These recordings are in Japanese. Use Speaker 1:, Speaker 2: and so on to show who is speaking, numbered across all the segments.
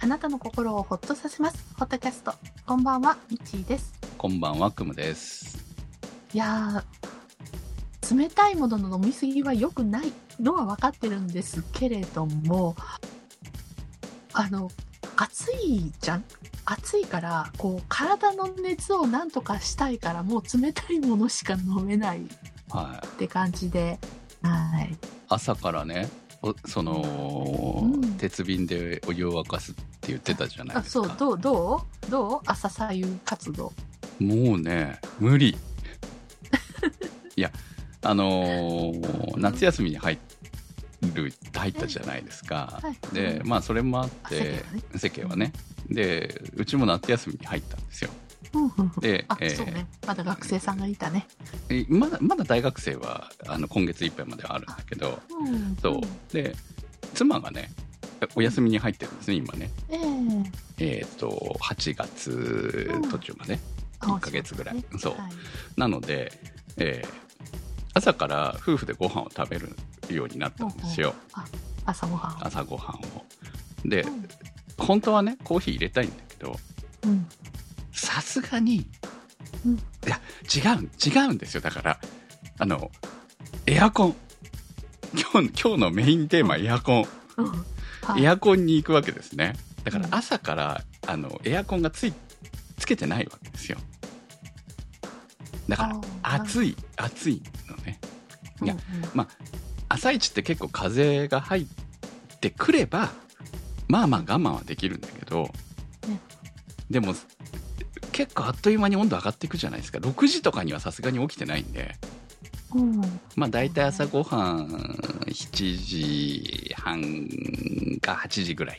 Speaker 1: あなたの心をほっとさせます。ホットキャスト。こんばんは、みっちーです。
Speaker 2: こんばんは、くむです。
Speaker 1: いやー、冷たいものの飲みすぎは良くないのは分かってるんですけれども、あの、暑いじゃん暑いから、こう、体の熱をなんとかしたいから、もう冷たいものしか飲めないっ
Speaker 2: はい。
Speaker 1: て感じで、はい。
Speaker 2: 朝からね、おその、
Speaker 1: うん
Speaker 2: 鉄瓶でお湯を沸かすって言ってたじゃない
Speaker 1: あ、
Speaker 2: です
Speaker 1: そう、
Speaker 2: か。
Speaker 1: どう、どうどう朝さゆ活動。
Speaker 2: もうね、無 理。いや、あのー夏休みに入る、入ったじゃないですか。
Speaker 1: はい
Speaker 2: で、まあ、それもあっ
Speaker 1: あ、世
Speaker 2: て
Speaker 1: 間は、ね。
Speaker 2: 世間はね。で、うちも夏休みに入ったんですよ。
Speaker 1: うんうんうん
Speaker 2: で、
Speaker 1: あ、
Speaker 2: えー
Speaker 1: そうね。まだ学生さんがいたね。
Speaker 2: えまだ、まだ大学生は、あの、今月いっぱいまではあるんだけど、
Speaker 1: うん
Speaker 2: そう。で、妻がね、お休みに入ってるんですね、今ね。
Speaker 1: ええ
Speaker 2: えっ、と、8月途中まで、1ヶ月ぐらい。
Speaker 1: ね
Speaker 2: そう。
Speaker 1: はい
Speaker 2: なので、えー朝から夫婦でご飯を食べるようになったんですよ、
Speaker 1: 朝ごはんを。
Speaker 2: 朝ご飯を。で
Speaker 1: う、ん
Speaker 2: 本当はね、コーヒー入れたいんだけど、
Speaker 1: うん
Speaker 2: さすがに、
Speaker 1: うん
Speaker 2: いや、違う、違うんですよ。だから、あの、エアコン。今日、今日のメインテーマ、エアコン。
Speaker 1: うんはい
Speaker 2: エアコンに行くわけですね。だから
Speaker 1: うん
Speaker 2: 朝から、あの、エアコンがつい、つけてないわけですよ。だから、
Speaker 1: あー
Speaker 2: 暑い、暑いのね。いや
Speaker 1: うんうん
Speaker 2: 朝一って結構風が入ってくれば、まあまあ我慢はできるんだけど、
Speaker 1: ね
Speaker 2: でも、結構あっという間に温度上がっていくじゃないですか。6時とかにはさすがに起きてないんで、
Speaker 1: うん
Speaker 2: まあ大体朝ごはん7時半か8時ぐらい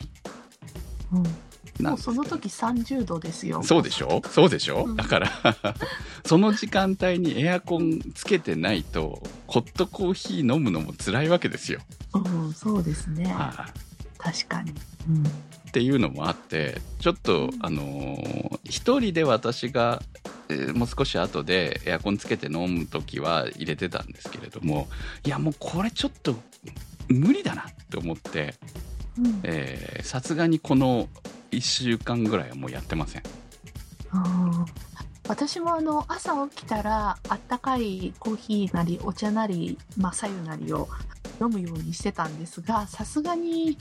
Speaker 1: うんも
Speaker 2: なん
Speaker 1: う
Speaker 2: ですけど
Speaker 1: その時30度ですよ。
Speaker 2: そうでしょそうでしょ、
Speaker 1: うん
Speaker 2: だから その時間帯にエアコンつけてないとホットコーヒー飲むのも辛いわけですよ、
Speaker 1: うん、そうですね。
Speaker 2: は
Speaker 1: 確かに。うん
Speaker 2: いっていうのもあってちょっ
Speaker 1: う
Speaker 2: と、
Speaker 1: ん
Speaker 2: あのー一人で私が、えーもう少し後でエアコンつけて飲む時は入れてたんですけれどもいやもうこれちょっと無理だなって思って
Speaker 1: うん
Speaker 2: えーさすがにこの1週間ぐらいはもうやってません
Speaker 1: うん私もあの朝起きたらあったかいコーヒーなりお茶なりまあ白湯なりを飲むようにしてたんですがさすがに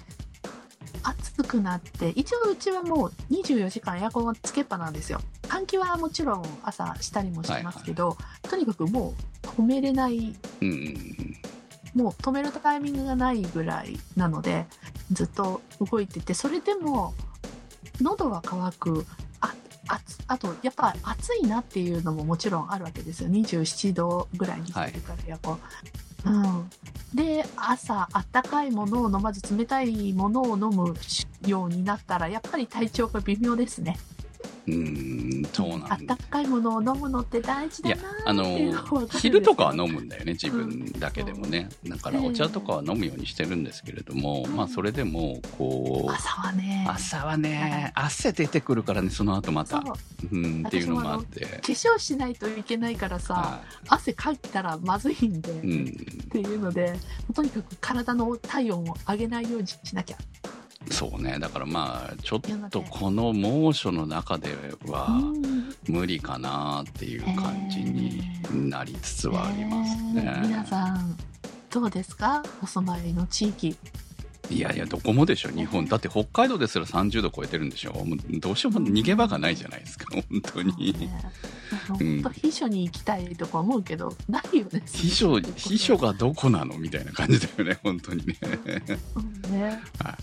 Speaker 1: 暑くなって一応うちはもう24時間エアコンはつけっぱなんですよ換気はもちろん朝したりもしますけど、とにかくもう止めれない
Speaker 2: うんうんうん
Speaker 1: もう止めるタイミングがないぐらいなのでずっと動いててそれでも喉は渇くああつあとやっぱ暑いなっていうのももちろんあるわけですよ27度ぐらいにしてるからやっぱ、うん、で朝あったかいものを飲まず冷たいものを飲むようになったらやっぱり体調が微妙ですね
Speaker 2: うーんそう
Speaker 1: あ
Speaker 2: な
Speaker 1: っ
Speaker 2: ん
Speaker 1: た
Speaker 2: だ
Speaker 1: かいものを飲むのって大事
Speaker 2: い
Speaker 1: だ
Speaker 2: や
Speaker 1: な
Speaker 2: あの
Speaker 1: っていうのは分かるんです
Speaker 2: 昼とかは飲むんだよね自分だけでもね、だからお茶とかは飲むようにしてるんですけれども、
Speaker 1: うん
Speaker 2: まあそれでもこう
Speaker 1: 朝はね
Speaker 2: 朝はね汗出てくるからねその後ま
Speaker 1: そう
Speaker 2: たうんっていうのもあって
Speaker 1: 化粧しないといけないからさ、
Speaker 2: は
Speaker 1: 汗かいたらまずいんで、
Speaker 2: い、う
Speaker 1: っ
Speaker 2: ん、
Speaker 1: ていうのでとにかく体の体温を上げないようにしなきゃ
Speaker 2: そうねだからまあちょっとこの猛暑の中では
Speaker 1: うん
Speaker 2: 無理かなっていう感じになりつつはありますね。
Speaker 1: えー皆さんどうですかお住まいの地域
Speaker 2: いやいや、どこもでしょ、日本。だって北海道ですら30度超えてるんでしょ。もうどうしようも逃げ場がないじゃないですか、本当に。
Speaker 1: 本当、
Speaker 2: うん
Speaker 1: 避暑に行きたいとか思うけどないよね
Speaker 2: 秘書、秘書、がどこなのみたいな感じだよね、本当にね。
Speaker 1: うんね
Speaker 2: は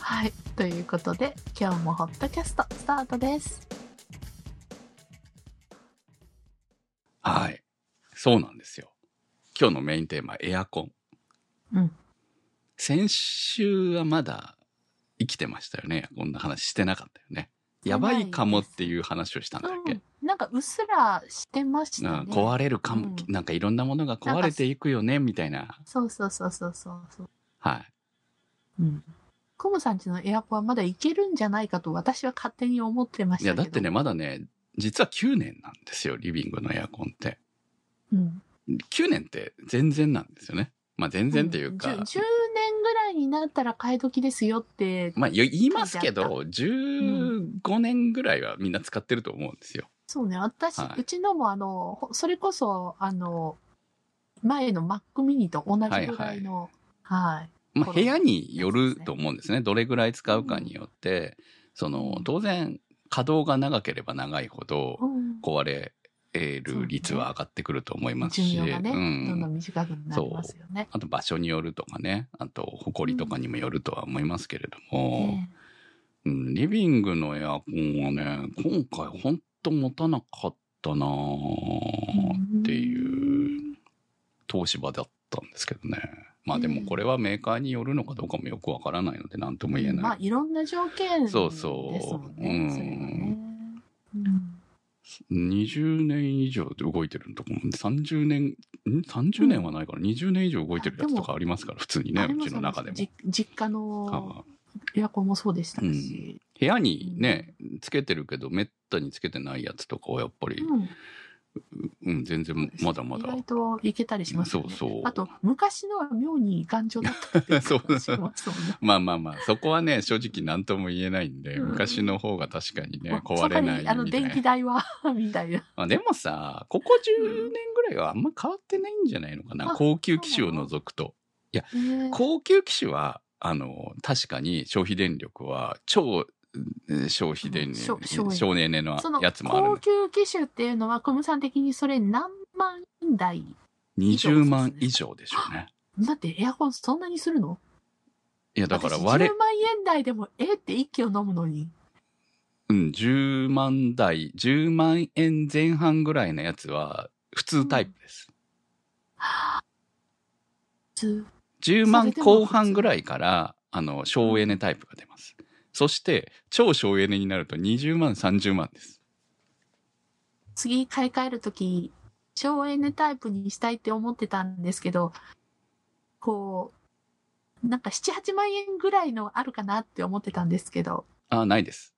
Speaker 1: はいということで今日もホットキャストスタートです
Speaker 2: はい。そうなんですよ。今日のメインテーマ、エアコン。
Speaker 1: うん
Speaker 2: 先週はまだ生きてましたよね。こんな話してなかったよね。やばいかもっていう話をしたんだっけ、
Speaker 1: うん、なんかうっすらしてまし
Speaker 2: うん
Speaker 1: たね、
Speaker 2: 壊れるか
Speaker 1: う
Speaker 2: も、
Speaker 1: ん
Speaker 2: なんかいろんなものが壊れていくよね、みたいな。
Speaker 1: そうそうそうそうそうそう
Speaker 2: はい。
Speaker 1: うん。コムさんちのエアコンはまだいけるんじゃないかと私は勝手に思ってまし
Speaker 2: い
Speaker 1: た
Speaker 2: や、
Speaker 1: けど。
Speaker 2: だってね、。まだね、実は9年なんですよ、リビングのエアコンって。
Speaker 1: うん。
Speaker 2: 9年って全然なんですよね。まあ全然っていうか、
Speaker 1: 10, 10年ぐららいになったら買い時ですよって、
Speaker 2: まあ、よ言いますけど、15年ぐらいはみんな使ってると思うんですよ。
Speaker 1: そうね、私、
Speaker 2: はいう
Speaker 1: ちのもあの、ほそれこそ、あの、前の Mac mini と同じぐらいの、はい、
Speaker 2: まあ、
Speaker 1: この
Speaker 2: 部屋によると思うんですね。どれぐらい使うかによって、その、当然、稼働が長ければ長いほど、
Speaker 1: うん
Speaker 2: 壊れる率は上がってくると思います
Speaker 1: 寿
Speaker 2: し、
Speaker 1: 命がね、
Speaker 2: う
Speaker 1: どんど
Speaker 2: ん、
Speaker 1: ん短くなりますよね。
Speaker 2: あと場所によるとかねあと埃とかにもよるとは思いますけれども、
Speaker 1: ね
Speaker 2: うん、リビングのエアコンはね今回ほんと持たなかったなあっていう東芝だったんですけどねまあでもこれはメーカーによるのかどうかもよくわからないので何とも言えない、
Speaker 1: まあ、いろんな条件ですもん
Speaker 2: そう
Speaker 1: ね。
Speaker 2: そう
Speaker 1: れがねうん
Speaker 2: 20年以上動いてるとこも30年ん30年はないから20年以上動いてるやつとかありますから普通にね
Speaker 1: あれ
Speaker 2: う
Speaker 1: も
Speaker 2: ちの中でも
Speaker 1: そうすじ実家の
Speaker 2: は
Speaker 1: エアコンもそうでしたし、
Speaker 2: い部屋にねつけてるけどめったにつけてないやつとかはやっぱり、
Speaker 1: うん
Speaker 2: うん、全然まだま
Speaker 1: 意
Speaker 2: だ
Speaker 1: 外といけたりしますよね。
Speaker 2: そうそう
Speaker 1: あと、昔のは妙に頑丈だったってい
Speaker 2: そう
Speaker 1: 話もそうね。
Speaker 2: まあまあまあそこはね正直何とも言えないんで、
Speaker 1: うん
Speaker 2: 昔の方が確かに
Speaker 1: ま
Speaker 2: ね
Speaker 1: あ
Speaker 2: 壊れない
Speaker 1: そこにあの、
Speaker 2: みたい
Speaker 1: 電
Speaker 2: な
Speaker 1: 気代は、みたいな。
Speaker 2: まあでもさここ10年ぐらいはあんま変わってないんじゃないのかな、
Speaker 1: あ
Speaker 2: 高級機種を除くと
Speaker 1: ね
Speaker 2: 高級機種は、あの、確かに消費電力は超うん消費電
Speaker 1: しょ
Speaker 2: 力、
Speaker 1: 省エネ
Speaker 2: 省エネの
Speaker 1: その
Speaker 2: やつもある
Speaker 1: 高級機種っていうのは、小室さん的にそれ何万円台
Speaker 2: 二20万以上でしょうね。
Speaker 1: 待って、エアコンそんなにするの
Speaker 2: いや、だから
Speaker 1: 私
Speaker 2: 割れ
Speaker 1: 10、万円台でも、えって一気を飲むのに。
Speaker 2: うん、10万台、10万円前半ぐらいのやつは、普通タイプです。
Speaker 1: ず
Speaker 2: 10万後半ぐらいから、あの、省エネタイプが出ます。そして、超省エネになると20万、30万です。
Speaker 1: 次買い替えるとき、省エネタイプにしたいって思ってたんですけど、こう、なんか7、8万円ぐらいのあるかなって思ってたんですけ ど、
Speaker 2: あ、ないです。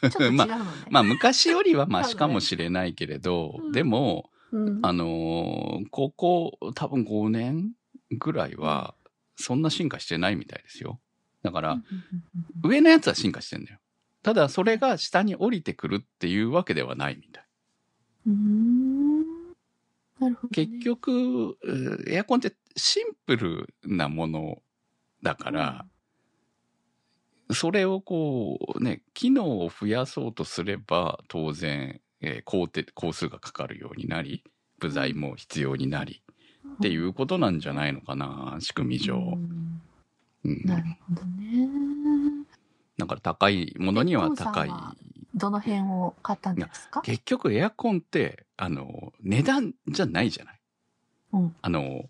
Speaker 1: ちょっと違うの
Speaker 2: ま
Speaker 1: ね。
Speaker 2: まあ、昔よりはマシか
Speaker 1: 多分
Speaker 2: も
Speaker 1: ね
Speaker 2: しれないけれど、
Speaker 1: うん
Speaker 2: でも、
Speaker 1: うん
Speaker 2: あのーここ多分5年ぐらいはそんな進化してないみたいですよ。だか
Speaker 1: う
Speaker 2: ら
Speaker 1: んうんうんうん
Speaker 2: 上のやつは進化してんだよ。ただそれが下に降りてくるっていうわけではないみたい。
Speaker 1: うーんなるほどね
Speaker 2: 結局、うエアコンってシンプルなものだから、それをこうね、機能を増やそうとすれば、当然、えー工程、工数がかかるようになり、部材も必要になり、
Speaker 1: うん
Speaker 2: っていうことなんじゃないのかな、仕組み上。
Speaker 1: うん
Speaker 2: うん
Speaker 1: なるほどね。
Speaker 2: だから高いものには高い
Speaker 1: で。どの辺を買ったんですか
Speaker 2: 結局エアコンって、あの、値段じゃないじゃない。
Speaker 1: うん
Speaker 2: あの、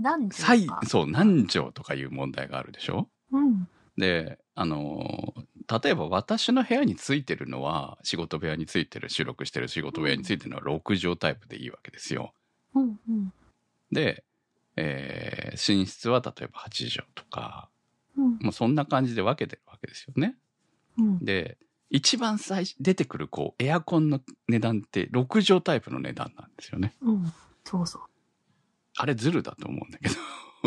Speaker 1: 何時
Speaker 2: 最
Speaker 1: か、
Speaker 2: そう、何畳とかいう問題があるでしょ
Speaker 1: うん。
Speaker 2: で、あの、例えば私の部屋についてるのは、仕事部屋についてる、収録してる仕事部屋についてるのは6畳タイプでいいわけですよ。
Speaker 1: うんうん
Speaker 2: で、えー寝室は例えば8畳とか、
Speaker 1: うん
Speaker 2: もうそんな感じで分けてるわけですよね。
Speaker 1: うん
Speaker 2: で、一番最初出てくるこうエアコンの値段って6畳タイプの値段なんですよね。
Speaker 1: うんそうそう。
Speaker 2: あれずるだと思うんだけど。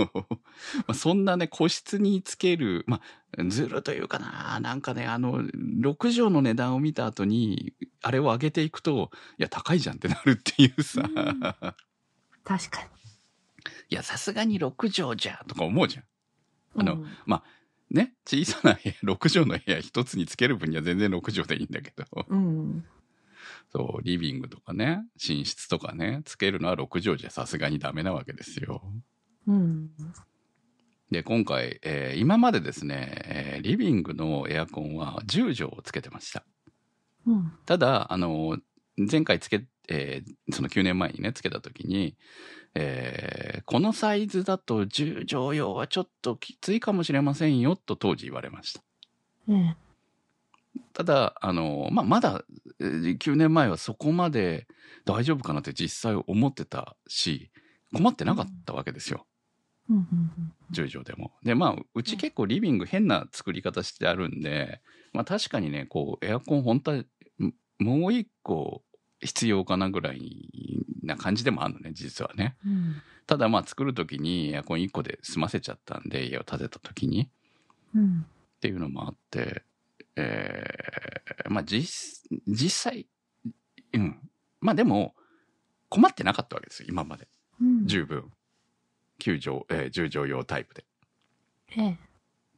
Speaker 2: まあそんなね、個室につける、まあ、ずるというかな、なんかね、あの、6畳の値段を見た後に、あれを上げていくと、いや、高いじゃんってなるっていうさ、
Speaker 1: うん確かに。
Speaker 2: いや、さすがに6畳じゃ、とか思うじゃん。あの
Speaker 1: うん
Speaker 2: ね、小さな部屋、6畳の部屋一つにつける分には全然6畳でいいんだけど。
Speaker 1: うん。
Speaker 2: そう、リビングとかね、寝室とかね、つけるのは6畳じゃさすがにダメなわけですよ。
Speaker 1: うん。
Speaker 2: で、今回、えー今までですね、えーリビングのエアコンは10畳をつけてました。
Speaker 1: うん。
Speaker 2: ただ、あの、前回つけ、えーその9年前にね、つけた時に、えーこのサイズだと10畳用はちょっときついかもしれませんよ、と当時言われました。
Speaker 1: ね
Speaker 2: ただ、あの、まあ、まだ、えー9年前はそこまで大丈夫かなって実際思ってたし、困ってなかったわけですよ。
Speaker 1: うんうん
Speaker 2: 10畳でも。で、まあ、うち結構リビング変な作り方してあるんで、まあ確かにね、こう、エアコン本当は、んもう一個必要かなぐらいな感じでもあるのね、実はね。
Speaker 1: うん。
Speaker 2: ただまあ作る時にエアコン1個で済ませちゃったんで家を建てた時に
Speaker 1: うん。
Speaker 2: っていうのもあって、えーまあ実実際うんまあでも困ってなかったわけですよ今まで
Speaker 1: うん。
Speaker 2: 十分9畳、えー10畳用タイプで。
Speaker 1: ええ。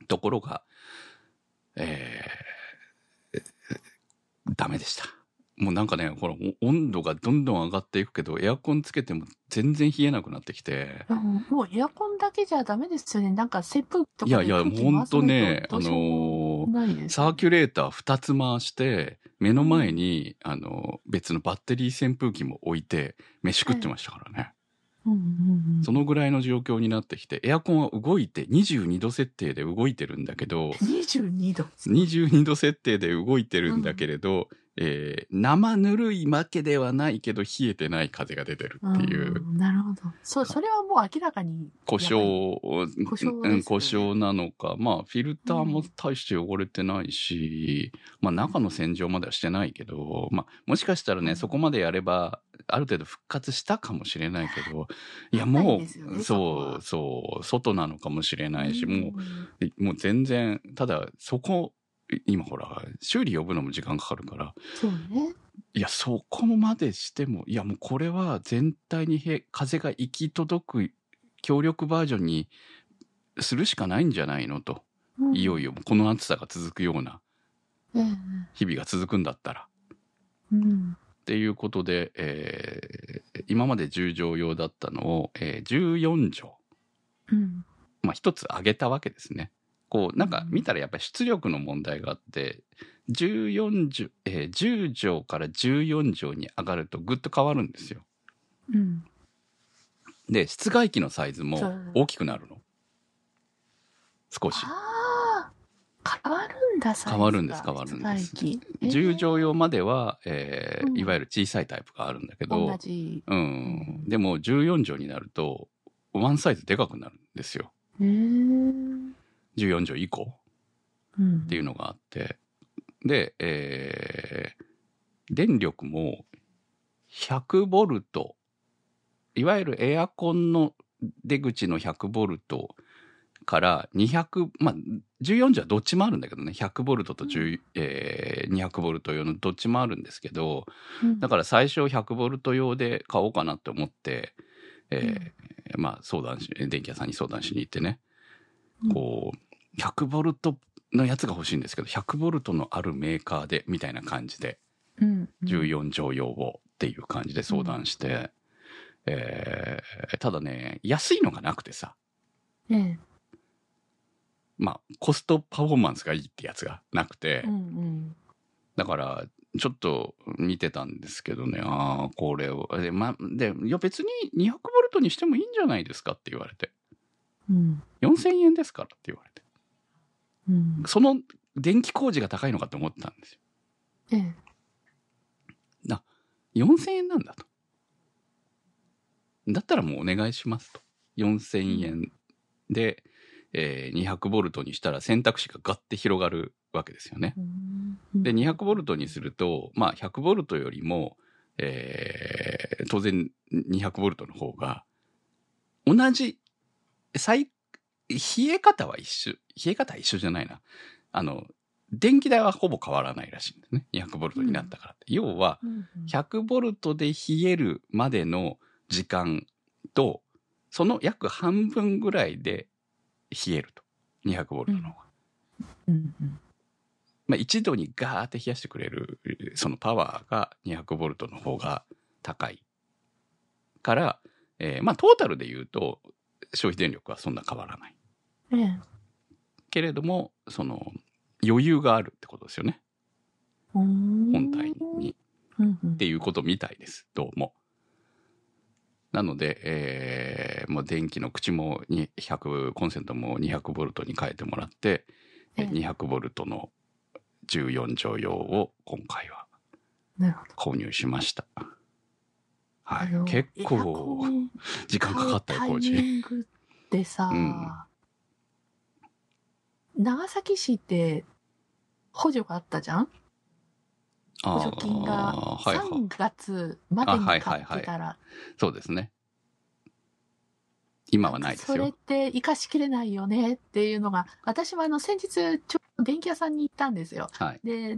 Speaker 2: ところが、えーダメでした。もうなんかね、ほら、お温度がどんどん上がっていくけど、エアコンつけても全然冷えなくなってきて、
Speaker 1: でももうエアコンだけじゃダメですよね。なんか扇風機とか
Speaker 2: い
Speaker 1: で
Speaker 2: やいや、
Speaker 1: 空気
Speaker 2: ほんと
Speaker 1: 回、さないと
Speaker 2: ね
Speaker 1: どうしようもないです、
Speaker 2: サーキュレーター2つ回して、目の前に、あの、別のバッテリー扇風機も置いて、飯食ってましたからね。
Speaker 1: うんうんうん
Speaker 2: そのぐらいの状況になってきて、エアコンは動いて、22度設定で動いてるんだけど、
Speaker 1: 22度。
Speaker 2: 22度設定で動いてるんだけれど、えー生ぬるいわけではないけど冷えてない風が出てるっていう、
Speaker 1: んなるほど。そう、それはもう明らかに。
Speaker 2: 故障を、うん
Speaker 1: 故障です
Speaker 2: う
Speaker 1: よ
Speaker 2: ん
Speaker 1: ね
Speaker 2: 故障なのかまあフィルターも大して汚れてないし、まあ中の洗浄まではしてないけど、まあ、もしかしたらねそこまでやればある程度復活したかもしれないけどいや
Speaker 1: ない
Speaker 2: も
Speaker 1: ですよ
Speaker 2: う、
Speaker 1: ね
Speaker 2: そうそう外なのかもしれないし、もう
Speaker 1: うん
Speaker 2: でもう全然、ただそこ、い今ほら、修理呼ぶのも時間かかるから、
Speaker 1: そうね。
Speaker 2: いや、そこまでしても、いや、もうこれは全体にへ風が行き届く強力バージョンにするしかないんじゃないのと。
Speaker 1: うん
Speaker 2: いよいよ、この暑さが続くような
Speaker 1: ええ
Speaker 2: 日々が続くんだったら。
Speaker 1: うん。
Speaker 2: っていうことで、えー今まで10畳用だったのを、えー14畳。
Speaker 1: うん。
Speaker 2: まあ、一つ上げたわけですね。こう、なんか
Speaker 1: うん
Speaker 2: 見たらやっぱり出力の問題があって、14畳、えー10畳から14畳に上がるとぐっと変わるんですよ。
Speaker 1: うん。
Speaker 2: で、室外機のサイズも
Speaker 1: そう
Speaker 2: 大きくなるの。少し。
Speaker 1: ああ、変わるんだ、サイズが
Speaker 2: 変わるんです変わるんです
Speaker 1: 室外機
Speaker 2: 10畳用までは、えー
Speaker 1: うん
Speaker 2: いわゆる小さいタイプがあるんだけ
Speaker 1: 同
Speaker 2: ど、
Speaker 1: じ。
Speaker 2: うん。でも14畳になると、ワンサイズでかくなるんですよ。
Speaker 1: ええうん。
Speaker 2: 14畳以降。
Speaker 1: っ
Speaker 2: っていう
Speaker 1: う。
Speaker 2: のがあってで、えー電力も100ボルトいわゆるエアコンの出口の100ボルトから200まあ14じゃどっちもあるんだけどね100ボルトと10、えー200ボルト用のどっちもあるんですけどだから最初100ボルト用で買おうかなって思って、えーまあ相談し電気屋さんに相談しに行ってね
Speaker 1: うん
Speaker 2: こう100ボルトのやつが欲しいんですけど100ボルトのあるメーカーでみたいな感じで
Speaker 1: ら、うん。
Speaker 2: 14畳用をっていう感じで相談して、えーただね安いのがなくてさ
Speaker 1: ええ
Speaker 2: まあコストパフォーマンスがいいってやつがなくて、
Speaker 1: うん
Speaker 2: だからちょっと見てたんですけどねああこれをで,、ま、でいや別に200ボルトにしてもいいんじゃないですかって言われて
Speaker 1: うん。うん。
Speaker 2: 4000円ですからって言われて
Speaker 1: うん。
Speaker 2: その電気工事が高いのかって思ってたんですよ
Speaker 1: ええ。
Speaker 2: 4000円なんだと。だったらもうお願いしますと。4000円で、えー200ボルトにしたら選択肢がガッて広がるわけですよね。で、200ボルトにすると、まあ100ボルトよりも、えー当然200ボルトの方が、同じ、最、冷え方は一緒、冷え方は一緒じゃないな。あの、電気代はほぼ変わらないらしいんですね。200ボルトになったからって。要は、100ボルトで冷えるまでの時間と、その約半分ぐらいで冷えると。200ボルトの方が。
Speaker 1: うんうん
Speaker 2: まあ、1度にガーって冷やしてくれる、そのパワーが200ボルトの方が高い。から、えーまあ、トータルで言うと、消費電力はそんな変わらない。
Speaker 1: ええ。
Speaker 2: けれども、その、余裕があるってことですよね。本
Speaker 1: 本
Speaker 2: 体に。
Speaker 1: うんうん
Speaker 2: っていうことみたいですどうも。なので、えーもう電気の口も100コンセントも200ボルトに変えてもらって、え
Speaker 1: ええ
Speaker 2: 200ボルトの14畳用を今回は
Speaker 1: なるほ
Speaker 2: 購入しました。は
Speaker 1: ど
Speaker 2: い、結構時間かかったよ工
Speaker 1: タイ
Speaker 2: 事。
Speaker 1: ミングってさ、長崎市って補助があったじゃん補助金が
Speaker 2: ーはいはい
Speaker 1: 3月までに買って
Speaker 2: あはい
Speaker 1: たら
Speaker 2: そうですね。今はないです
Speaker 1: それっ
Speaker 2: よ。
Speaker 1: て生かしきれないよねっていうのが、私はあの先日ちょうど電気屋さんに行ったんですよ。
Speaker 2: はい。
Speaker 1: で、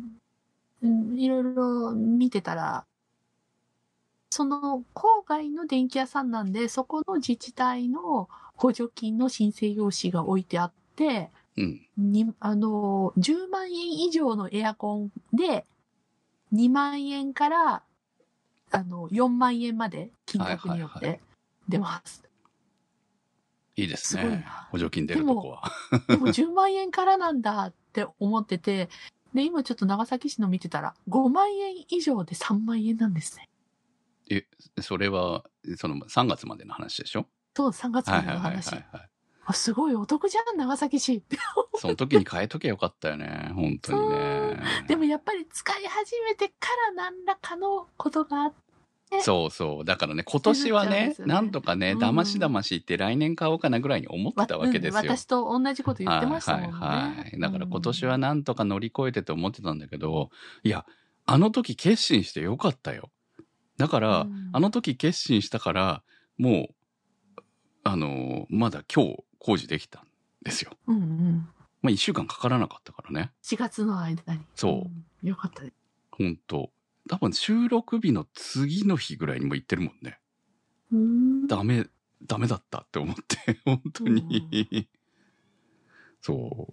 Speaker 1: うんいろいろ見てたら、その郊外の電気屋さんなんで、そこの自治体の補助金の申請用紙が置いてあって、
Speaker 2: うん。
Speaker 1: にあの、10万円以上のエアコンで、2万円から、あの、4万円まで金額によっ
Speaker 2: はいはいは
Speaker 1: て出ます。
Speaker 2: いいです
Speaker 1: すごい
Speaker 2: ね
Speaker 1: な。
Speaker 2: 補助金出るとこは。
Speaker 1: でも10万円からなんだって思ってて、で、今ちょっと長崎市の見てたら、5万円以上で3万円なんですね。
Speaker 2: それは、その3月までの話でしょ
Speaker 1: そう、3月
Speaker 2: は
Speaker 1: ま
Speaker 2: い
Speaker 1: で
Speaker 2: はい
Speaker 1: の
Speaker 2: はい
Speaker 1: 話。
Speaker 2: はいはい。
Speaker 1: あすごいお得じゃん、長崎市。
Speaker 2: その時に変えときゃよかったよね。本当にね。
Speaker 1: でもやっぱり使い始めてから何らかのことがあって、
Speaker 2: そうそう。だからね、今年は
Speaker 1: そうなっちゃうん
Speaker 2: ね
Speaker 1: で、すよね
Speaker 2: なんとかね、
Speaker 1: うん
Speaker 2: だましだまし言って来年買おうかなぐらいに思ってたわけですよ。
Speaker 1: うん私と同じこと言ってましたもんね。
Speaker 2: はいはいはい。だから今年は
Speaker 1: うん
Speaker 2: なんとか乗り越えてと思ってたんだけど、いや、あの時決心してよかったよ。だから、
Speaker 1: うん
Speaker 2: あの時決心したから、もう、あのーまだ今日工事できたんですよ。
Speaker 1: うんうん。
Speaker 2: まあ、1週間かからなかったからね。
Speaker 1: 4月の間に。
Speaker 2: そ
Speaker 1: うんよかったです。
Speaker 2: 本当多分収録日の次の日ぐらいにも行ってるもんね。
Speaker 1: うーん
Speaker 2: ダメ、ダメだったって思って、 本当に。そ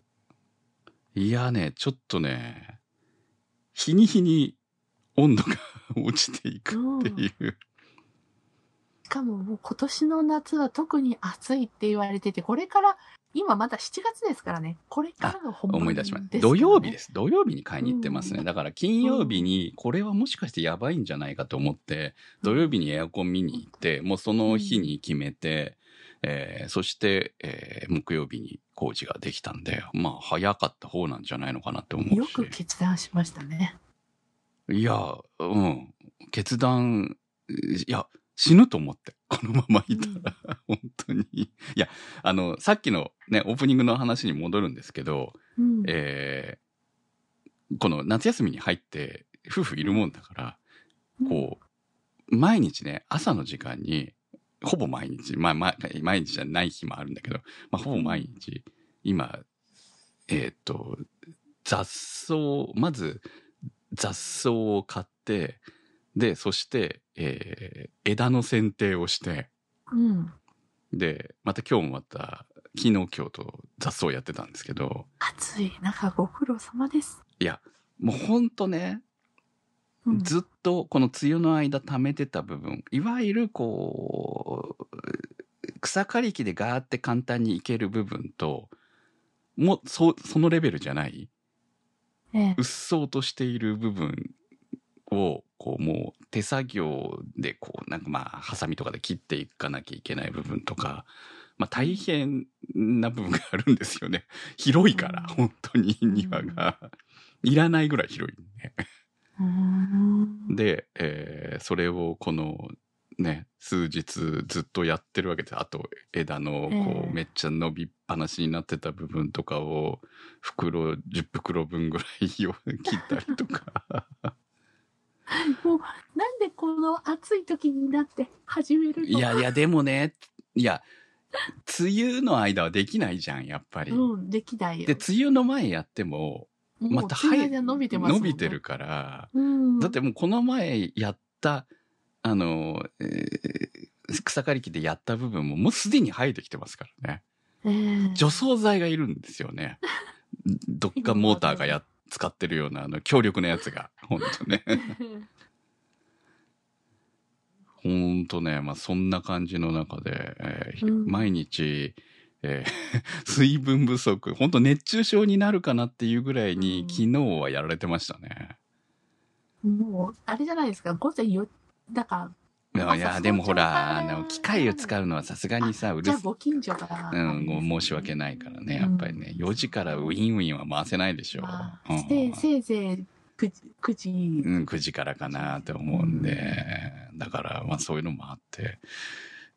Speaker 2: う。いやね、ちょっとね、日に日に温度が 落ちていくっていう。
Speaker 1: しかももう今年の夏は特に暑いって言われてて、これから、今まだ7月ですからね。これからが本番
Speaker 2: 思い出しました。
Speaker 1: す
Speaker 2: 土曜日
Speaker 1: ね
Speaker 2: です。土曜日に買いに行ってますね。
Speaker 1: うん
Speaker 2: だから金曜日に、これはもしかしてやばいんじゃないかと思って、土曜日にエアコン見に行って、もうその日に決めて、えーそして、えー木曜日に工事ができたんで、まあ早かった方なんじゃないのかなって思うし。
Speaker 1: よく決断しましたね。
Speaker 2: いや、うん。決断、いや、死ぬと思って、このままいたら、本当に。いや、あの、さっきのね、オープニングの話に戻るんですけど、
Speaker 1: うん。
Speaker 2: えーこの夏休みに入って、夫婦いるもんだから、こう、毎日ね、朝の時間に、ほぼ毎日、まあ、ま毎日じゃない日もあるんだけど、まあ、ほぼ毎日、今、えーっと、雑草、まず、雑草を買って、で、そして、えー枝の剪定をして、
Speaker 1: うん。
Speaker 2: で、また今日もまた、昨日今日と雑草をやってたんですけど、
Speaker 1: 暑い中ご苦労様です。
Speaker 2: もうほんとね、
Speaker 1: うん
Speaker 2: ずっとこの梅雨の間溜めてた部分いわゆるこう草刈り機でガーって簡単にいける部分ともうそそのレベルじゃない
Speaker 1: ええ
Speaker 2: うっそうとしている部分をこうもう手作業でこうなんかまあハサミとかで切っていかなきゃいけない部分とか、まあ、大変な部分があるんですよね広いから、
Speaker 1: うん
Speaker 2: 本当に庭が、いらないぐらい広いね。
Speaker 1: うーん
Speaker 2: で、えーそれをこのね数日ずっとやってるわけであと枝のこ
Speaker 1: ええ
Speaker 2: うめっちゃ伸びっぱなしになってた部分とかを袋10袋分ぐらいを 切ったりと か
Speaker 1: なんでこの暑い時になって始めるの
Speaker 2: いやいやでもねいや梅雨の間はできないじゃんやっぱり。
Speaker 1: うん、できないよ。
Speaker 2: で梅雨の前やっても
Speaker 1: もう
Speaker 2: また
Speaker 1: 梅雨
Speaker 2: 生え
Speaker 1: が伸びてますもん
Speaker 2: 伸
Speaker 1: ね
Speaker 2: びてる。から。
Speaker 1: うん。
Speaker 2: だってもうこの前やった、あの、えー草刈り機でやった部分ももうすでに生えてきてますからね。
Speaker 1: ええ
Speaker 2: 除草剤がいるんですよね。どっかモーターがや使ってるようなあの強力なやつが。ほんとね。ほんとね、まあそんな感じの中で、えー
Speaker 1: うん
Speaker 2: 毎日、えー 水分不足、ほんと熱中症になるかなっていうぐらいに、
Speaker 1: うん
Speaker 2: 昨日はやられてましたね。
Speaker 1: もう、あれじゃないですか、午前よ、だか
Speaker 2: いやい
Speaker 1: 朝早
Speaker 2: や、
Speaker 1: 朝
Speaker 2: でもほ
Speaker 1: から
Speaker 2: ら、あの、機械を使うのはさすがにさ、う
Speaker 1: ら、じ
Speaker 2: る
Speaker 1: ゃあ
Speaker 2: さ
Speaker 1: ご近所から、
Speaker 2: うん、ご申し訳ないからね、やっぱりね、4時からウィンウィンは回せないでしょ。
Speaker 1: ま
Speaker 2: う
Speaker 1: あ、
Speaker 2: ん
Speaker 1: せいせいぜい9時、9時、
Speaker 2: うん、9時からかなって思うんで、だから、まあそういうのもあって。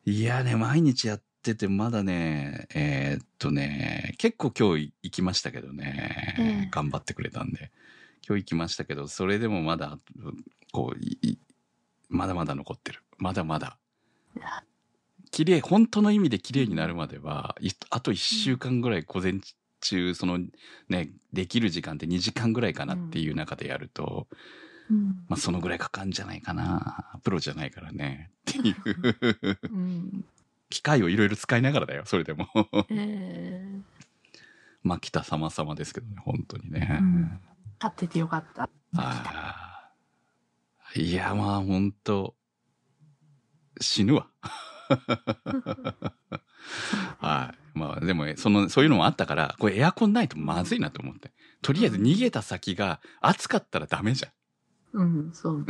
Speaker 2: いやね、毎日やってて、まだね、えーっとね、結構今日行きましたけどね、
Speaker 1: ええ
Speaker 2: 頑張ってくれたんで、今日行きましたけど、それでもまだ、こう、いいまだまだ残ってる。まだまだ。綺麗、本当の意味で綺麗になるまでは、いあと1週間ぐらい午前中、そのね、できる時間って2時間ぐらいかなっていう中でやると、
Speaker 1: うん
Speaker 2: まあそのぐらいかかんじゃないかな。プロじゃないからね。っていう。
Speaker 1: うん
Speaker 2: 機械をいろいろ使いながらだよ、それでも。
Speaker 1: えー
Speaker 2: まあ北様様ですけどね、本当にね。
Speaker 1: うん立っててよかった。
Speaker 2: ああ。いや、まあ、本当 死ぬわ。はい。まあ、でも、その、そういうのもあったから、これエアコンないとまずいなと思って。とりあえず逃げた先が暑かったらダメじゃん。
Speaker 1: うん、そう。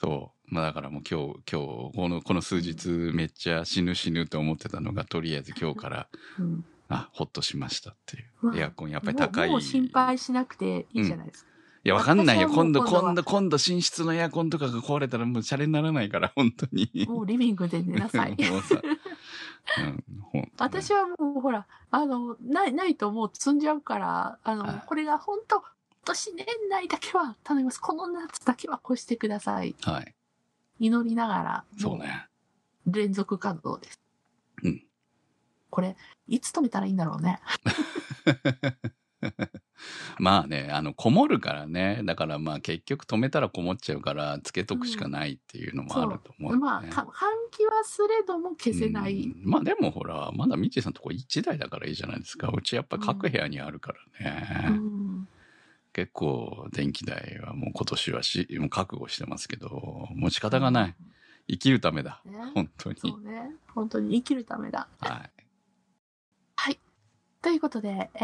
Speaker 2: そう。まあ、だからもう今日、今日、この、この数日めっちゃ死ぬ死ぬと思ってたのが、とりあえず今日 から、
Speaker 1: うん、
Speaker 2: あ、ほっとしましたっていうう。
Speaker 1: わ
Speaker 2: エアコンやっぱり高い。
Speaker 1: もうもう心配しなくていいじゃないですか。
Speaker 2: いや、わかんないよ。
Speaker 1: 私はも
Speaker 2: 今
Speaker 1: う
Speaker 2: 度、
Speaker 1: 今度は
Speaker 2: 今度、今度、寝室のエアコンとかが壊れたらもうシャレにならないから、本当に。。
Speaker 1: もうリビングで寝なさい
Speaker 2: もうさうん、ほんとね
Speaker 1: 私はもうほら、あの、ない、ないともう積んじゃうから、あの、
Speaker 2: はい
Speaker 1: これが本当今年年内だけは頼みます。この夏だけは越してください。
Speaker 2: はい。
Speaker 1: 祈りながら、
Speaker 2: そうね。
Speaker 1: もう連続稼働です。
Speaker 2: うん
Speaker 1: これ、いつ止めたらいいんだろうね。
Speaker 2: まあね、あの、こもるからね。だからまあ結局止めたらこもっちゃうから、つけとくしかないっていうのもあると思う、ね
Speaker 1: まあ、か換気はすれども消せない。
Speaker 2: うんまあでもほら、まだミッチーさんとこ1台だからいいじゃないですか。うちやっぱ各部屋にあるからね。
Speaker 1: うん
Speaker 2: 結構電気代はもう今年はし、もう覚悟してますけど、もう仕方がない。。生きるためだ。
Speaker 1: ね、
Speaker 2: 本当に。
Speaker 1: そうね。本当に生きるためだ。
Speaker 2: はい。
Speaker 1: ということで、えー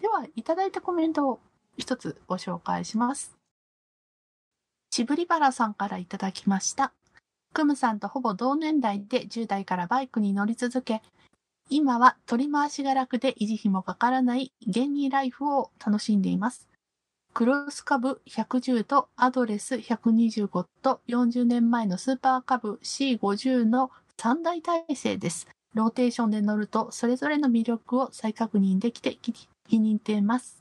Speaker 1: では、いただいたコメントを一つご紹介します。しぶりばらさんからいただきました。クムさんとほぼ同年代で10代からバイクに乗り続け、今は取り回しが楽で維持費もかからない現にライフを楽しんでいます。クロス株110とアドレス125と40年前のスーパー株 C50 の3大体制です。ローテーションで乗ると、それぞれの魅力を再確認できて気に気に入っています。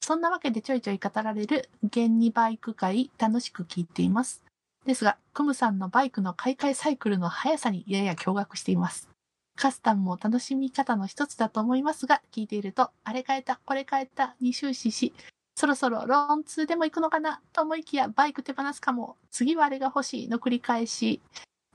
Speaker 1: そんなわけでちょいちょい語られる、現にバイク会、楽しく聞いています。ですが、クムさんのバイクの買い替えサイクルの速さにやや驚愕しています。カスタムも楽しみ方の一つだと思いますが、聞いていると、あれ変えた、これ変えたに終始し、そろそろローン2でも行くのかなと思いきや、バイク手放すかも、次はあれが欲しいの繰り返し、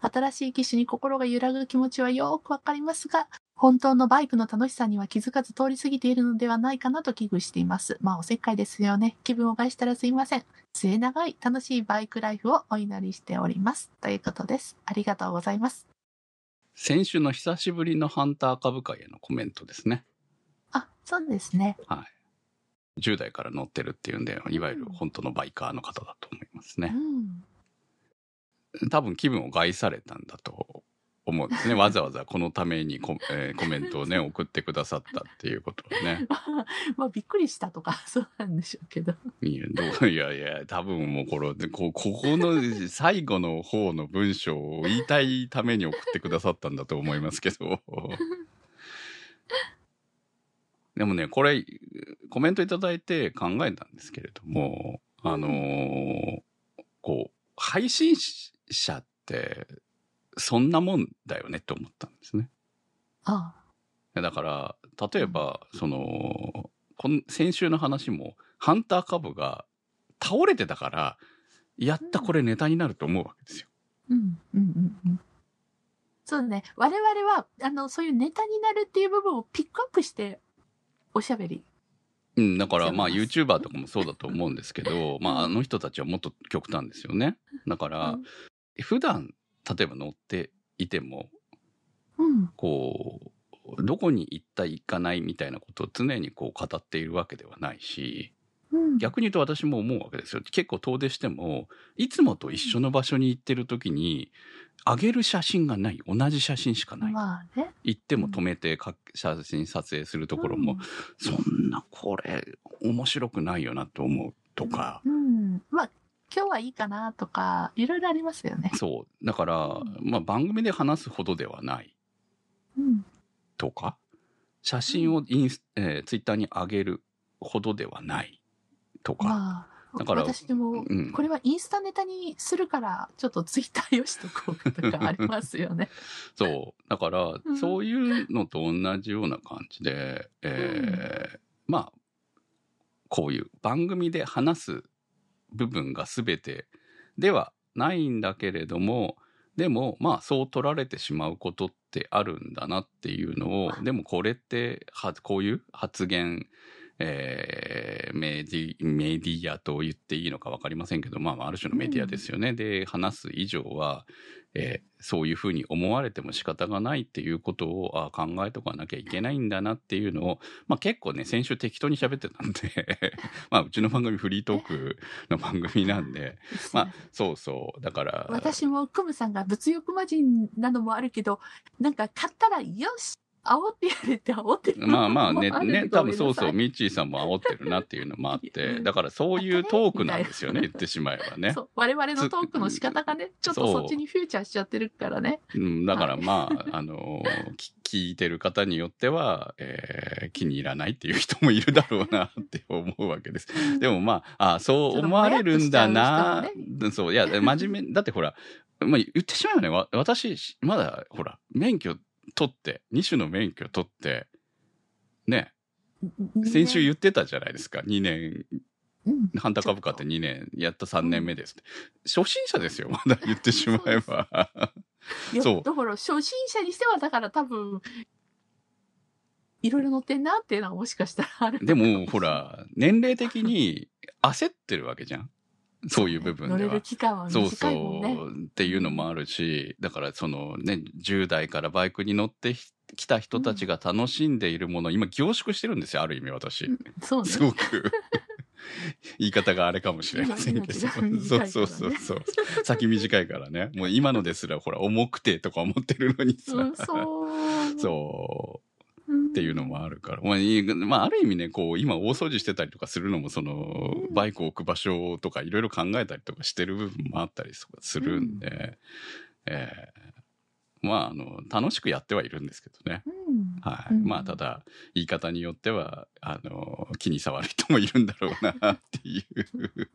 Speaker 1: 新しい機種に心が揺らぐ気持ちはよくわかりますが、本当のバイクの楽しさには気づかず通り過ぎているのではないかなと危惧しています。まあ、おせっかいですよね。気分を害したらすいません。末長い楽しいバイクライフをお祈りしております。ということです。ありがとうございます。
Speaker 2: 先週の久しぶりのハンター株会へのコメントですね。
Speaker 1: あ、そうですね。
Speaker 2: 10代から乗ってるっていうんで、いわゆる本当のバイカーの方だと思います
Speaker 1: う
Speaker 2: ね。
Speaker 1: ん。
Speaker 2: 多分気分を害されたんだと思うんですね。わざわざこのためにコ,、えーコメントをね、送ってくださったっていうことはね。
Speaker 1: まあ、びっくりしたとか、 そうなんでしょうけど。
Speaker 2: いや、どう いやいや、多分もうこれ、こここの最後の方の文章を言いたいために送ってくださったんだと思いますけど。 でもね、これ、コメントいただいて考えたんですけれども、あのーこう、配信者って、そんなもんだよねって思ったんですね。
Speaker 1: あ
Speaker 2: だから、例えば、その、この先週の話も、ハンター株が倒れてたから、やったこれネタになると思うわけですよ。
Speaker 1: うん、うん、うん、うん。そうね。我々は、あの、そういうネタになるっていう部分をピックアップして、おしゃべり
Speaker 2: うん、だから、まあ、
Speaker 1: そうです
Speaker 2: YouTuber とかもそうだと思うんですけ ど、まあ、あの人たちはもっと極端ですよね。だから、普段、例えば乗っていても、
Speaker 1: うん、
Speaker 2: こう、どこに行った行かないみたいなことを常にこう語っているわけではないし、
Speaker 1: うん、
Speaker 2: 逆に言うと私も思うわけですよ。結構遠出しても、いつもと一緒の場所に行ってる時に、あげる写真がない。同じ写真しかない。
Speaker 1: まあね。
Speaker 2: 行っても止めてか写真撮影するところも、そんなこれ面白くないよなと思うとか。
Speaker 1: うん、うんまあ今日はいいかなとか、いろいろありますよね。
Speaker 2: そう。だから
Speaker 1: う、ん
Speaker 2: まあ番組で話すほどではない
Speaker 1: うん、
Speaker 2: とか、写真をインス、えツイッター Twitter に上げるほどではないとか。
Speaker 1: まあ
Speaker 2: だから
Speaker 1: 私も
Speaker 2: うん
Speaker 1: これはインスタネタにするからちょっとツイッターよしとこうとかありますよね。
Speaker 2: そう。だから
Speaker 1: う、ん
Speaker 2: そういうのと同じような感じで、えーまあ、こういう番組で話す部分が全てではないんだけれども、でも、まあ、そう取られてしまうことってあるんだなっていうのを、でもこれって、はこういう発言、えーメディ、メディアと言っていいのか分かりませんけど、まあまあ、ある種のメディアですよね。で、話す以上は、えーそういうふうに思われても仕方がないっていうことをあ考えとかなきゃいけないんだなっていうのを、まあ、結構ね先週適当に喋ってたんで まあうちの番組フリートークの番組なんで まあそうそうだから
Speaker 1: 私もクムさんが物欲魔人なのもあるけどなんか買ったらよし煽ってやれって煽ってやる
Speaker 2: まあまあ ね
Speaker 1: のもる
Speaker 2: ね
Speaker 1: けど
Speaker 2: 多分そうそ
Speaker 1: ご
Speaker 2: う
Speaker 1: めん
Speaker 2: ミッチーさんも煽ってるなっていうのもあって
Speaker 1: うん
Speaker 2: だからそういうトークなんですよね
Speaker 1: みたいな
Speaker 2: 言ってしまえば
Speaker 1: なさい
Speaker 2: ね
Speaker 1: そう我々のトークの仕方がねちょっとそっちにフューチャーしちゃってるからね。
Speaker 2: うん、だからまあ、あのーき聞いてる方によっては、えー気に入らないっていう人もいるだろうなって思うわけ です。でもまあ、あそう思われるんだな、
Speaker 1: ちょっともやっとしちゃう
Speaker 2: そう、いや、真面目、だ ってほら、まあ、言ってしまうよね。わ私、まだ、ほら、免許取って、2種の免許取って、ね、先週言ってたじゃないですか。2年、
Speaker 1: うん
Speaker 2: ハンター株価って2年、やった3年目ですって。初心者ですよ、まだ言ってしまえば。
Speaker 1: いや
Speaker 2: そう
Speaker 1: だから初心者にしてはだから多分いろいろ乗ってんなっていうのはもしかしたらある
Speaker 2: でも、ほら、年齢的に焦ってるわけじゃん。そういう部分
Speaker 1: 乗
Speaker 2: で
Speaker 1: れる
Speaker 2: は。
Speaker 1: 期間は
Speaker 2: そう
Speaker 1: 短いもんね。
Speaker 2: そう。っていうのもあるし、だからそのね、10代からバイクに乗ってきた人たちが楽しんでいるもの、今凝縮してるんですよ、ある意味私。
Speaker 1: そう
Speaker 2: す
Speaker 1: ね。
Speaker 2: ごく。言い方があれかもしれませんけど。
Speaker 1: 今今
Speaker 2: そうそうそうそう。先短いからね。もう今のですら、ほら、重くてとか思ってるのにさ。
Speaker 1: うん、そう。
Speaker 2: そう。
Speaker 1: うん。
Speaker 2: っていうのもあるから、まあ、いいまあ、ある意味ね、こう、今大掃除してたりとかするのも、その、
Speaker 1: うん
Speaker 2: バイクを置く場所とかいろいろ考えたりとかしてる部分もあったりとかするんで、ええまあ、あの、楽しくやってはいるんですけどね。
Speaker 1: うん。
Speaker 2: はい。
Speaker 1: うん
Speaker 2: まあ、ただ、言い方によっては、あの、気に障る人もいるんだろうな、っていう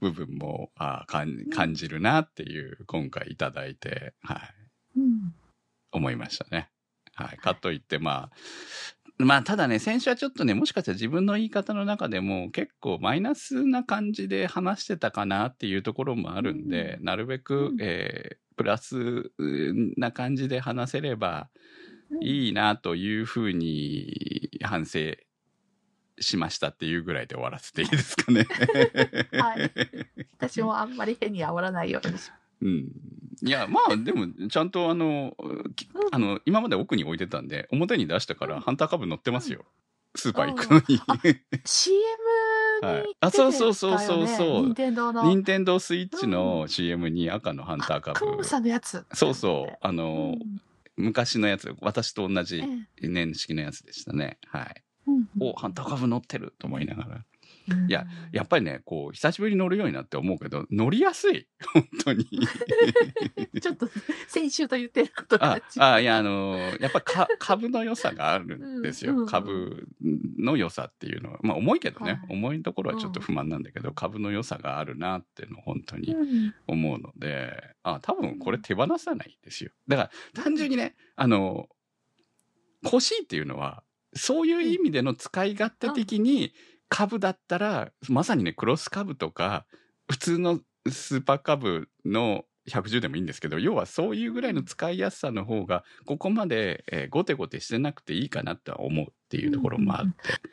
Speaker 2: 部分も、あかん感じるな、っていう、今回いただいて、は
Speaker 1: う
Speaker 2: い。
Speaker 1: ん。
Speaker 2: 思いましたね。はい。かといって、まあ、まあ、ただね、先週はちょっとね、もしかしたら自分の言い方の中でも結構マイナスな感じで話してたかなっていうところもあるんで、なるべく、
Speaker 1: うん
Speaker 2: えープラスうんな感じで話せれば
Speaker 1: うん
Speaker 2: いいなというふうに反省しましたっていうぐらいで終わらせていいですかね。
Speaker 1: はい私もあんまり変に煽らないようにし
Speaker 2: うん。いや、まあ、でも、ちゃんとあの、き
Speaker 1: うん
Speaker 2: あの、今まで奥に置いてたんで、表に出したか
Speaker 1: う
Speaker 2: ら
Speaker 1: ん
Speaker 2: ハンター株乗ってますよ。スーパー行くのに。
Speaker 1: CM に、
Speaker 2: はい
Speaker 1: 出て
Speaker 2: あそうそうそうそう
Speaker 1: た
Speaker 2: そう
Speaker 1: よね任天堂の。
Speaker 2: 任天堂スイッチの CM に赤のハンター
Speaker 1: あク
Speaker 2: 株。
Speaker 1: ムさんのやつ。
Speaker 2: そうそう。あ
Speaker 1: う
Speaker 2: の
Speaker 1: ん。、
Speaker 2: 昔のやつ、私と同じ
Speaker 1: ええ
Speaker 2: 年式のやつでしたね。はい。
Speaker 1: うん
Speaker 2: お、ハンター株乗ってると思いながら。
Speaker 1: うん
Speaker 2: いや、やっぱりね、こう、久しぶりに乗るようになって思うけど、乗りやすい。 本 当に。
Speaker 1: ちょっと先週と言ってることが
Speaker 2: あ
Speaker 1: 違う、
Speaker 2: あ、いや、あのーやっ ぱか株の良さがあるんですよ。
Speaker 1: うんうん
Speaker 2: 株の良さっていうのは、まあ重いけどね、
Speaker 1: はい
Speaker 2: 重いところはちょっと不満なんだけど、株の良さがあるなっていうのを本当に
Speaker 1: うん
Speaker 2: 思うので、あ、多分これ手放さないんですよ。だから単純にね、あのー欲しいっていうのは、そういう意味での使い勝手的に株だったら、まさにね、クロス株とか、普通のスーパー株の110でもいいんですけど、要はそういうぐらいの使いやすさの方が、ここまで、えーゴテゴテしてなくていいかなとは思うっていうところもあって。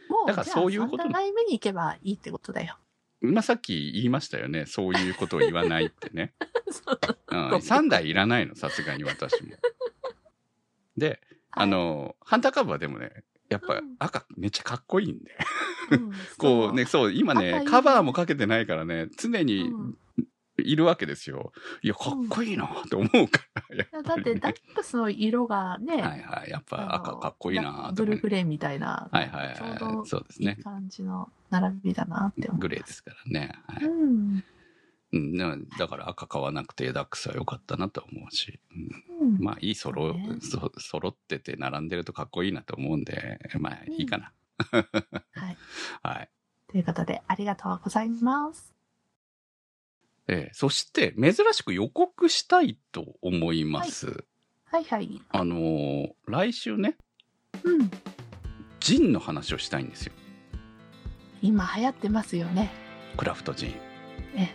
Speaker 1: もう、
Speaker 2: だからそういうこと
Speaker 1: じゃあ三段目に行けばいいってことだよ。
Speaker 2: まあさっき言いましたよね。そういうことを言わないってね。
Speaker 1: そう
Speaker 2: うん、3台いらないの、さすがに私 も。で、あ、の、ハンターカブはでもね、やっぱ
Speaker 1: うん
Speaker 2: 赤めっちゃかっこいいんで。
Speaker 1: はいん
Speaker 2: こうね、そう、今
Speaker 1: 赤い
Speaker 2: ね、
Speaker 1: ね
Speaker 2: カバーもかけてないからね、常
Speaker 1: そう
Speaker 2: に
Speaker 1: うん
Speaker 2: いるわけですよ。いや、かっこいいなと思う から。や
Speaker 1: だ
Speaker 2: ぱ
Speaker 1: っ
Speaker 2: り
Speaker 1: て
Speaker 2: ね
Speaker 1: ダックスの色がね、
Speaker 2: はいはい。やっぱ
Speaker 1: あ
Speaker 2: 赤
Speaker 1: の
Speaker 2: かっこいいな
Speaker 1: ブ
Speaker 2: と思
Speaker 1: ルー
Speaker 2: う
Speaker 1: グレーみたいな、
Speaker 2: はいはい
Speaker 1: ちょう
Speaker 2: は
Speaker 1: ど
Speaker 2: い。そうです
Speaker 1: いい
Speaker 2: ね。
Speaker 1: 感じの並びだなって思う。
Speaker 2: グレーですからね。は
Speaker 1: う
Speaker 2: い。
Speaker 1: ん。
Speaker 2: うん、でもだから赤買わなくてダックスは良かったなと思うし。うん
Speaker 1: うん
Speaker 2: まあいい揃
Speaker 1: そうね
Speaker 2: う、そ揃ってて並んでるとかっこいいなと思うんで、まあいいかな。
Speaker 1: はい。
Speaker 2: はい。
Speaker 1: ということで、ありがとうございます。
Speaker 2: えーそして、珍しく予告したいと思います。
Speaker 1: はいはい。
Speaker 2: あのー来週ね、
Speaker 1: うん。
Speaker 2: ジンの話をしたいんですよ。
Speaker 1: 今流行ってますよね。
Speaker 2: クラフトジン。
Speaker 1: え
Speaker 2: っ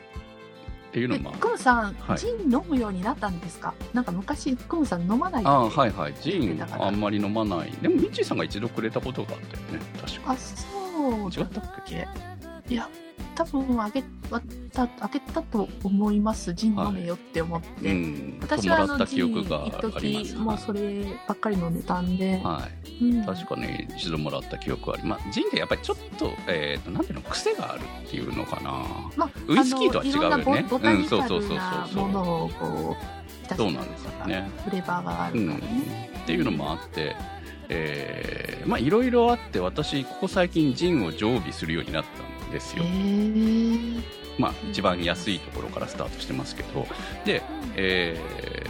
Speaker 2: ていうの
Speaker 1: え、
Speaker 2: も、
Speaker 1: クムさん、
Speaker 2: はい
Speaker 1: ジン飲むようになったんですかなんか昔、クムさん飲まないって
Speaker 2: ああーはいはいジ
Speaker 1: 言って
Speaker 2: ン
Speaker 1: たから
Speaker 2: あんまり飲まないでもミッチーさんが一度くれたことがあったよね確か
Speaker 1: あ、そうだ
Speaker 2: 違ったっけ
Speaker 1: けいや、多分あげた、あげたと思います。ジン飲めよって思って。
Speaker 2: うん
Speaker 1: 私はあ
Speaker 2: もら
Speaker 1: の
Speaker 2: った
Speaker 1: ジ
Speaker 2: 記
Speaker 1: ン
Speaker 2: 憶が
Speaker 1: 一
Speaker 2: あります
Speaker 1: 時もうそればっかり飲んでたんで、
Speaker 2: はい
Speaker 1: うん
Speaker 2: 確かに一度もらった記憶はあります、まあ、ジンってやっぱりちょっと,、えー、となんていうの癖があるっていうのかな
Speaker 1: まあ
Speaker 2: ウイスキーとは違うよね
Speaker 1: あのいろんなボボタニカ
Speaker 2: うんそう
Speaker 1: ル
Speaker 2: そう
Speaker 1: な
Speaker 2: そうそう
Speaker 1: ものをこう、
Speaker 2: そうなんですよね。
Speaker 1: フレーバーがあ
Speaker 2: う
Speaker 1: る
Speaker 2: ん、
Speaker 1: か
Speaker 2: っ
Speaker 1: らね。
Speaker 2: ていうのもあって、えーまあいろいろあって私ここ最近ジンを常備するようになったんです
Speaker 1: へ
Speaker 2: よ、
Speaker 1: ー
Speaker 2: まあ一番安いところからスタートしてますけどで、え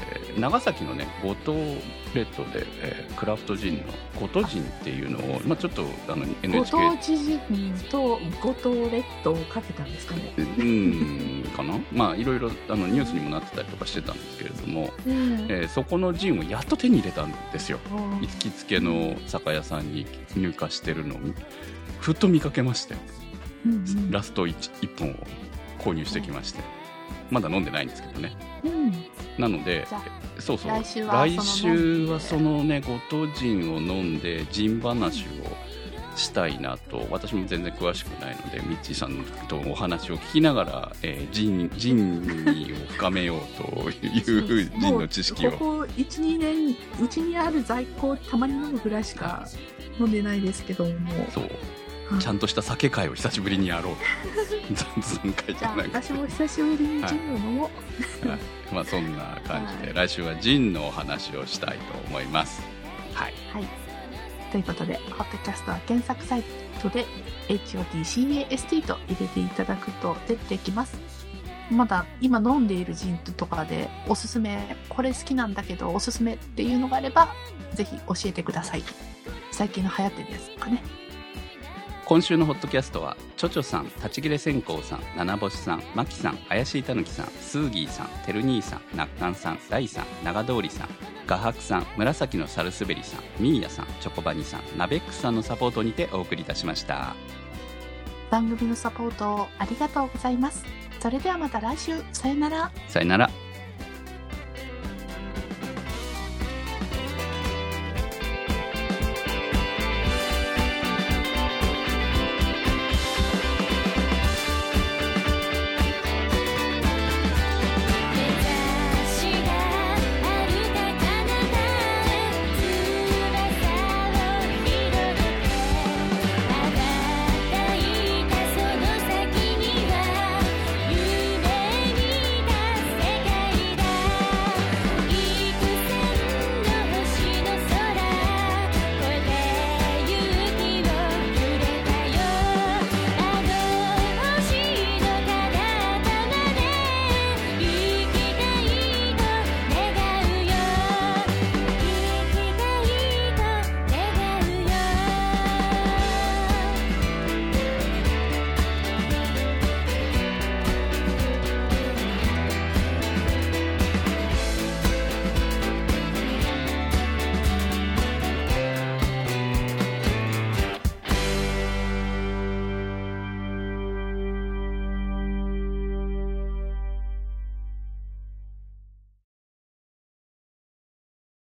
Speaker 2: ー長崎のね五島列島で、えークラフトジンの五島ジンっていうのを、まあ、ちょっとあの
Speaker 1: ご
Speaker 2: NHK
Speaker 1: 当地ジンとご当レッドをかけたんですかね。
Speaker 2: うんかなまあいろいろあのニュースにもなってたりとかしてたんですけれども、
Speaker 1: うん
Speaker 2: えーそこのジンをやっと手に入れたんですよ
Speaker 1: おー
Speaker 2: 行きつけの酒屋さんに入荷してるのをふっと見かけまして
Speaker 1: うんうん
Speaker 2: ラスト 1, 一本を購入してきましてまだ飲んでないんですけどね
Speaker 1: うん
Speaker 2: なので
Speaker 1: じゃ
Speaker 2: そうそう
Speaker 1: 来週はその
Speaker 2: 来週はそのねご当人を飲んでジン話をしたいなと私も全然詳しくないのでミッチーさんとお話を聞きながら、えー、ジンジンを深めようというジンの知識を
Speaker 1: もうここ12年うちにある在庫をたまに飲むぐらいしか飲んでないですけども
Speaker 2: そう
Speaker 1: うん
Speaker 2: ちゃんとした酒会を久しぶりにやろう 残会
Speaker 1: じ
Speaker 2: じ
Speaker 1: ゃ
Speaker 2: ゃ
Speaker 1: あ
Speaker 2: ない
Speaker 1: 私も久しぶりにジムを飲もう
Speaker 2: まあそんな感じで、
Speaker 1: は
Speaker 2: 来週はジンのお話をしたいと思いますはい
Speaker 1: はいということでホットキャストは検索サイトで HOTCAST と入れていただくと出てきますまだ今飲んでいるジンとかでおすすめこれ好きなんだけどおすすめっていうのがあればぜひ教えてください最近の流行ってるやつとかね
Speaker 2: 今週のホットキャストはチョチョさん立ち切れ線香さん七星さんマキさん怪しいたぬきさんスーギーさんてる兄さんなっかんさんダイさん長通りさん画伯さん紫のサルスベリさんミーヤさんチョコバニさんナベックさんのサポートにてお送りいたしました
Speaker 1: 番組のサポートをありがとうございますそれではまた来週さよなら
Speaker 2: さよなら